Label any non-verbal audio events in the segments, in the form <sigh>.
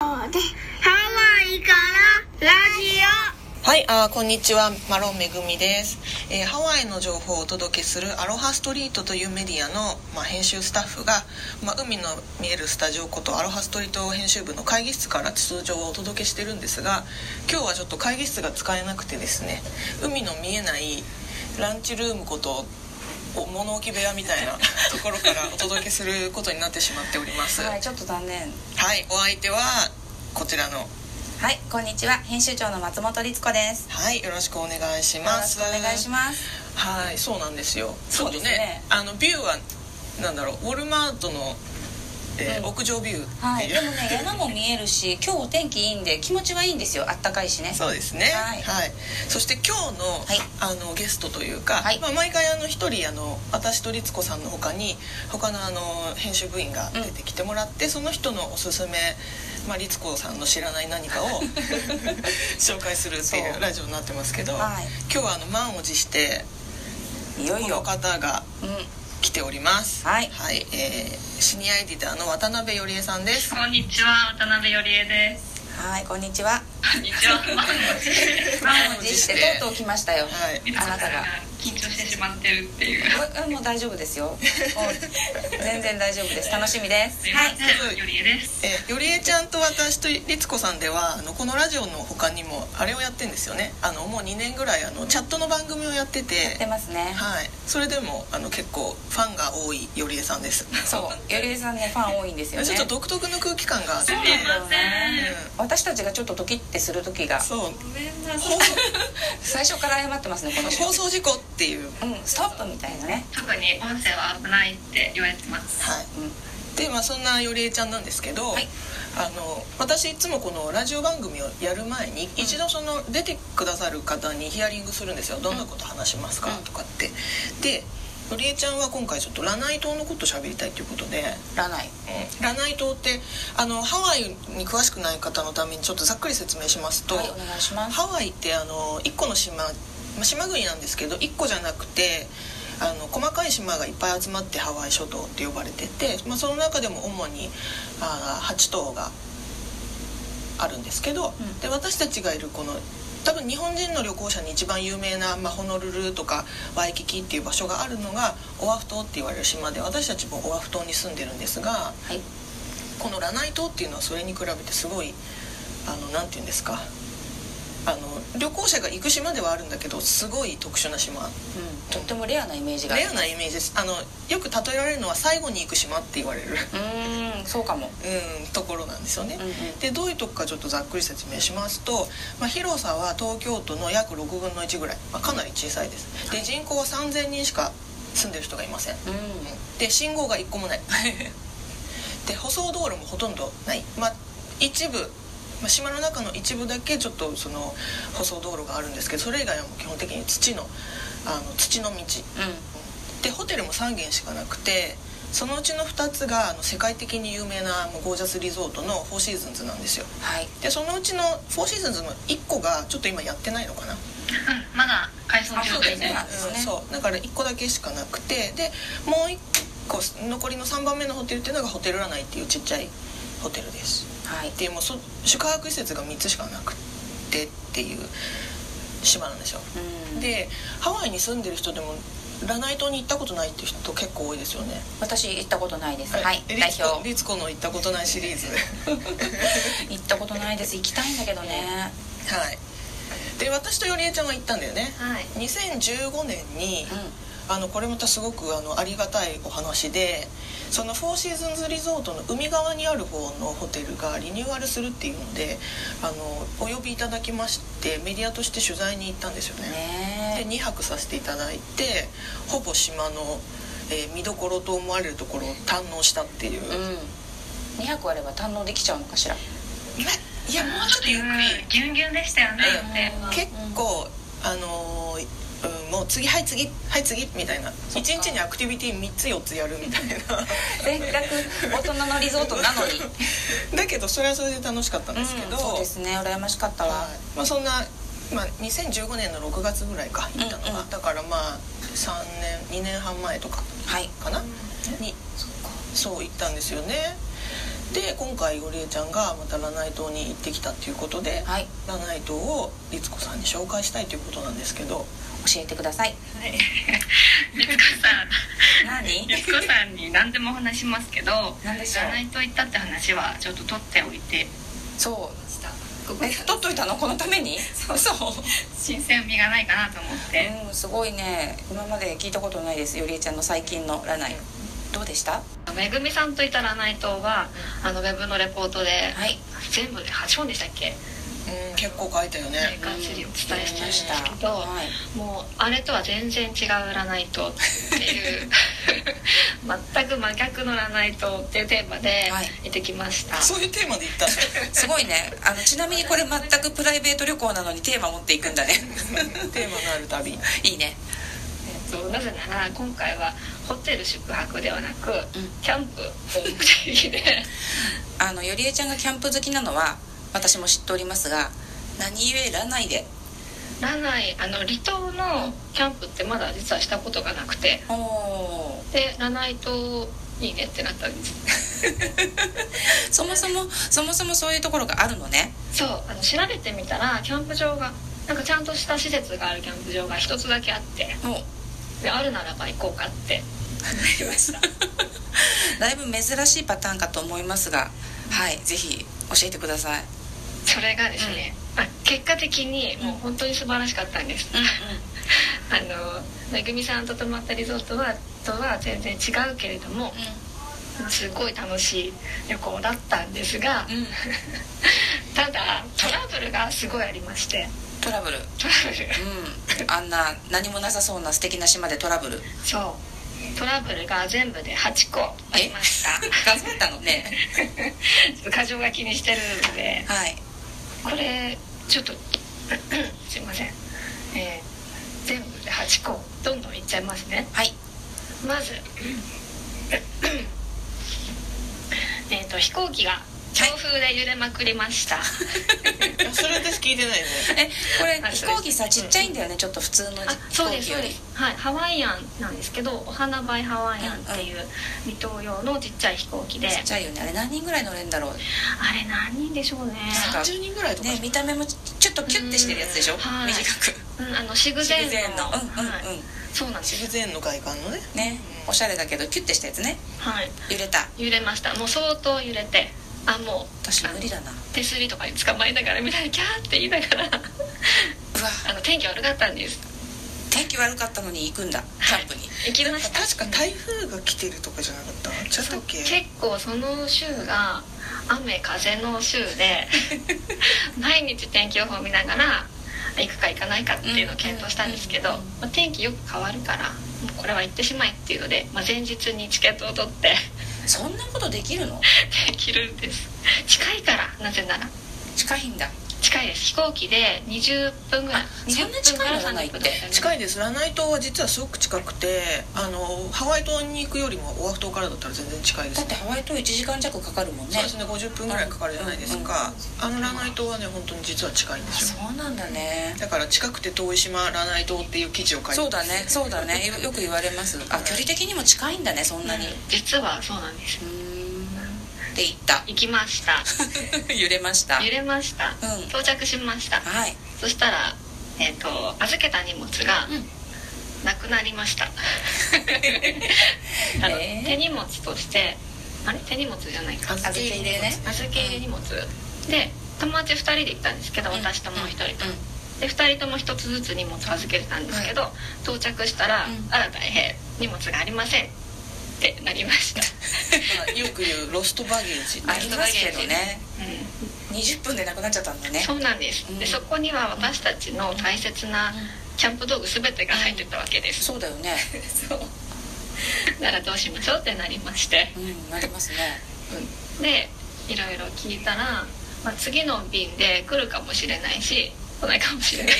ってハワイからラジはい、あーこんにちは、マロンめぐみです、えーハワイの情報をお届けするアロハストリートというメディアの、まあ、編集スタッフが、まあ、海の見えるスタジオことアロハストリート編集部の会議室から通常をお届けしてるんですが今日はちょっと会議室が使えなくてですね海の見えないランチルームことお物置部屋みたいな <laughs> ところからお届けすることになってしまっておりますオははいい、ちょっと残念お相手はこちらのはいこんにちは編集長の松本律子ですはいよろしくお願いしよまろしすくお願いしますはいそうなんですよちょそうっとでねすねあのビューはなんだろうウォルマートの、えーうん屋上ビューっていう、はいで <laughs> もね山も見えるし今日お天気いいんで気持ちはいいんですよあったかいしねそうですねははいい、そして今日の,、いあのゲストというか、はいまあ、毎回あの一人あの私と律子さんの他に他のあの編集部員が出てきてもらって、その人のおすすめ、まあ、律子さんの知らない何 <laughs> かを紹介するっていそううラジオになってますけど、はい今日はあの満を持していよこいのよ方がうん来ておりますはいえーシニアエディターの渡辺よりえさんですこんにちは、渡辺よりえです。はいこんにちはこんにちは。満を持して満を持してとうとう来ましたよはいいつもあなたが緊張してしまってるっていう。おうんもう大丈夫ですよもう全然大丈夫です楽しみですすいまはいせん、よりえです。えーよりえちゃんと私と律子さんではあのこのラジオの他にもあれをやってんですよねあのもう2年ぐらいあのチャットの番組をやっててやってますねはい、それでもあの結構ファンが多いよりえさんですそうよりえさんねファン多いんですよねちょっと独特の空気感があってそうなんだそうね私たちがちょっとドキッてする時がそうごめんな放さい。最初から謝ってますねこの送人放送事故っていううんストップみたいなね特に音声は危ないって言われてます。はいうんでまあそんなよりえちゃんなんですけど、はいあの私いつもこのラジオ番組をやる前に一度その出てくださる方にヒアリングするんですよどんなこと話しますかうんとかってでよりえちゃんは今回ちょっとラナイ島のこと喋りたいということで、占いラナイ島ってあのハワイに詳しくない方のためにちょっとざっくり説明しますと、はいお願いしますハワイってあの1個の島、まあ島国なんですけど1個じゃなくてあの細かい島がいっぱい集まってハワイ諸島って呼ばれてて、まあ、その中でも主にあ8島があるんですけど、うんで私たちがいるこの多分日本人の旅行者に一番有名な、まあ、ホノルルとかワイキキっていう場所があるのがオアフ島って言われる島で私たちもオアフ島に住んでるんですがはいこのラナイ島っていうのはそれに比べてすごいあのなんて言うんですかあの旅行者が行く島ではあるんだけどすごい特殊な島うんとってもレアなイメージがレアなイメージですあのよく例えられるのは最後に行く島って言われる、 <laughs> うーんそうかもうん、ところなんですよね、うんうんでどういうとこかちょっとざっくり説明しますと、まあ、広さは東京都の約6分の1ぐらい、まあ、かなり小さいですで人口は3000人しか住んでる人がいませんうんで信号が1個もないで舗装道路もほとんどないまあ一部まあ島の中の一部だけちょっとその舗装道路があるんですけどそれ以外はもう基本的に土のあの土の道うでホテルも3軒しかなくてそのうちの2つがあの世界的に有名なもうゴージャスリゾートのフォーシーズンズなんですよんはいでそのうちのフォーシーズンズの1個がちょっと今やってないのかなうん、 <laughs> まだ改装あそ中うだでよすねね。うんそうだから1個だけしかなくてでもう1個残りの3番目のホテルっていうのがホテルラナイっていうちっちゃいホテルですはいでもうそ宿泊施設が3つしかなくてっていう島なんですようんでハワイに住んでる人でもラナイ島に行ったことないっていう人結構多いですよね私行ったことないですはいえ代表行リツコの行ったことないシリーズ <laughs> <laughs> ったことないです行きたいんだけどねはいで私とよりえちゃんは行ったんだよねはい。 2015年に、うあのこれまたすごくあのありがたいお話でそのフォーシーズンズリゾートの海側にある方のホテルがリニューアルするっていうのであのお呼びいただきましてメディアとして取材に行ったんですよんねでね2泊させていただいてほぼ島の、えー見どころと思われるところを堪能したっていう、えねうん200あれば堪能できちゃうのかしらいやもうちょっとゆっくりうん、ぎゅんぎゅんでしたよね。うん結構あのーうんもう次はい次はい次みたいなそ1っか日にアクティビティ3つ4つやるみたいなせっかく大人のリゾートなのに <laughs> だけどそれはそれで楽しかったんですけうど、んそうですね羨ましかったわはいまあ、そんな、まあ、2015年の6月ぐらいか行ったのが、うんうんだからまあ3年2年半前とかはいかな、にそっかそう行ったんですよねで今回ゴリエちゃんがまたラナイ島に行ってきたっていうことで、はいラナイ島を律子さんに紹介したいということなんですけど教えてくださいはい。律子 <laughs> さん。何律子さんに何でも話しますけど何でしょうらないと言ったって話はちょっと取っておいてそうえ取っといたのこのためにそう新鮮味がないかなと思ってうんすごいね今まで聞いたことないですよりえちゃんの最近の占いどうでしためぐみさんといたらないとはあのウェブのレポートで、はい全部で8本でしたっけうん結構書いたよね体感資料お伝えしままししたたけど、はいもうあれとは全然違う占いとっていう全く真逆の占いとっていうテーマではい行ってきました、そういうテーマで行ったん <laughs> だすごいねあのちなみにこれ全くプライベート旅行なのにテーマ持っていくんだね <laughs> よテーマがあるたびいいねえっとなぜなら今回はホテル宿泊ではなく、キャンプを目的であのよりえちゃんがキャンプ好きなのは私も知っておりますが何故占いで占いあの離島のキャンプってまだ実はしたことがなくておおで占いといいねってなったんですそもそもそもそもそういうところがあるのねそうあの調べてみたらキャンプ場がなんかちゃんとした施設があるキャンプ場が一つだけあってもうであるならば行こうかって思いました <laughs> だいぶ珍しいパターンかと思いますがはいぜひ教えてくださいそれがですね、あ結果的にもう本当に素晴らしかったんです、うんうん <laughs> あのめぐみさんと泊まったリゾートはとは全然違うけれどもすごい楽しい旅行だったんですが、うん、うん、 <laughs> ただトラブルがすごいありましてトラブルトラブルうんあんな何もなさそうな素敵な島でトラブルそうトラブルが全部で8個ありました頑張ったの <laughs> ねちょっと <laughs> 過剰書きにしてるのではいこれちょっと <coughs> すいません、えー全部で8個どんどんいっちゃいますねはいまず <coughs> えっと飛行機が強風で揺れまくりました、いやそれ私聞いてないねえこれはい飛行機さちっちゃいんだよねちょっと普通のあ飛そう行です機そようりです、はい、ハワイアンなんですけどお花バイハワイアンっていう離島用のちっちゃい飛行機で、ちっちゃいよねあれ何人ぐらい乗れんだろうあれ何人でしょうね、なんか30人ぐらいとかね見た目もちちょっとキュッてしてるやつでしょうん短はいくうん、あのシグゼ自ー然ンのうのんうんはいうんそうなんですシグゼーンの外観のねねうんおしゃれだけどキュッてしたやつねはい揺れた揺れましたもう相当揺れてあもう私無理だなう手すりとかに捕まりながらみんなでキャーって言いなが <laughs> らわあの天気悪かったんです天気悪かったのに行くんだキャンプに行きました確か台風が来てるとかじゃなかったちょっとそうっけ結構その週が雨風の週 <laughs> で毎日天気予報見ながら行くか行かないかっていうのを検討したんですけど、うんうんまあ、天気よく変わるからもうこれは行ってしまいっていうので、まあ、前日にチケットを取って <laughs> そんなことできるのできるんです近いからなぜなら近いんだ近いです飛行機で20分ぐらいあそんな20分近かいらのがないっ30て分ぐらい近いですラナイ島は実はすごく近くてあのハワイ島に行くよりもオアフ島からだったら全然近いですだっねてハワイ島1時間弱かかるもんねそうですね50分ぐらいかかるじゃないですか、あのラナイ島はね本当に実は近いんあですよそうなんだねだから近くて遠い島ラナイ島っていう記事を書いてそうだねそうだねよよく言われますあ距離的にも近いんだねそんなにう実はそうなんですーんで行った行きました <laughs> 揺れました揺れました、うん到着しましたはいそしたら、えっと預けた荷物がうんなくなりま <laughs> した、あのえー手荷物としてあれ手荷物じゃないか預け入れね預け入れ荷物で友達2人で行ったんですけど私ともう1人と、うんで2人とも1つずつ荷物を預けてたんですけど、到着したらう「んあら大変荷物がありません」ってなりま <laughs> した、まあよく言うロストバゲージねありますけどねうん20分でなくなっちゃったんだねそうなんです、うんでそこには私たちの大切なキャンプ道具全てが入ってたわけです、そうだよねそうならどうしましょうってなりましてうんなりますねでいろいろ聞いたら、まあ、次の便で来るかもしれないし来ないかもしれない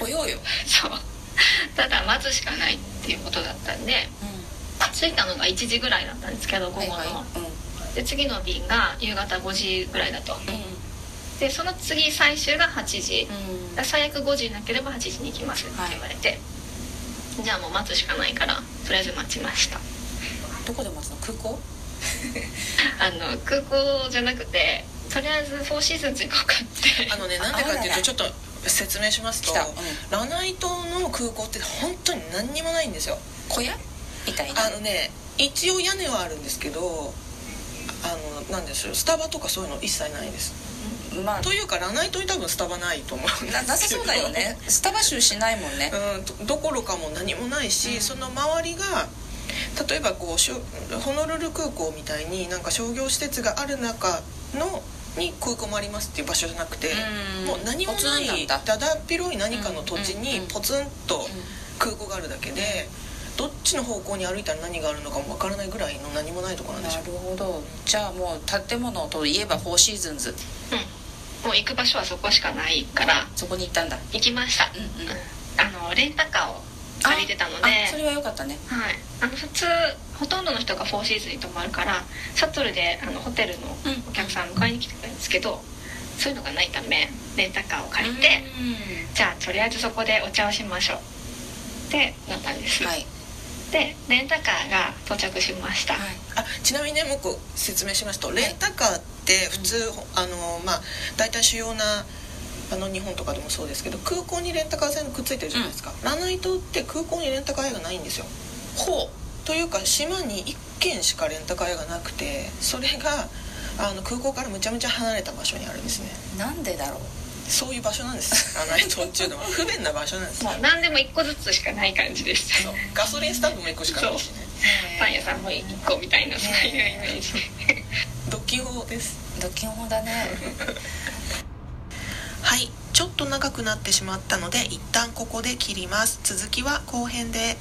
と来ようよ <laughs> そうただ待つしかないっていうことだったんでうん着いたのが1時ぐらいだったんですけど午は後いの、はいうんで次の便が夕方5時ぐらいだとうでその次最終が8時、んうん最悪5時になければ8時に行きますって言われて、じゃあもう待つしかないからとりあえず待ちましたどこで待つの空港あの空港じゃなくてとりあえずフォーシーズンズ行こうかってあのねなんでかっていうとちょっと説明しますと来た、うん、ラナイ島の空港って本当に何にもないんですよ小屋みたいなあのね一応屋根はあるんですけどあのなんでしょうスタバとかそういうの一切ないですまあというかラナイ島に多分スタバないと思うんですなけどなさそうだよねスタバ集しないもんね <laughs> うんどころかも何もないし、うんその周りが例えばこうしょホノルル空港みたいになんか商業施設がある中のに空港もありますっていう場所じゃなくて、うんもう何もポツなンなんいだだだっ広い何かの土地うんうんうにんポツンと空港があるだけで、どっちの方向に歩いたら何があるのかもわからないぐらいの何もないところなんでなするよほどじゃあもう建物といえばフォーシーズンズもう行く場所はそこしかないからそこに行ったんだ行きました、うんうんあのレンタカーを借りてたのであそれは良かったねはい、あの普通ほとんどの人がフォーシーズンに泊まるからシャトルであのホテルのうんお客さん迎えに来てくれるんですけどそういうのがないためレンタカーを借りて、じゃあとりあえずそこでお茶をしましょうってなったんです、うんはいでレンタカーが到着しました、はいあちなみにねもう一個説明しますとレンタカーって普通、あのまあ大体主要なあの日本とかでもそうですけど空港にレンタカー線くっついてるじゃないですか、ラナイ島って空港にレンタカー屋がないんですよほというか島に1軒しかレンタカー屋がなくてそれがあの空港からむちゃむちゃ離れた場所にあるんですねうなんでだろうそういう場所なんです <laughs> ラナイ島っていうのは不便な場所なんですもう何でも1個ずつしかない感じでしたそうガソリンスタンドも1個しかないしねパン屋さんも1個みたいなそういうイメージドキホですドキホだねはいちょっと長くなってしまったので一旦ここで切ります続きは後編で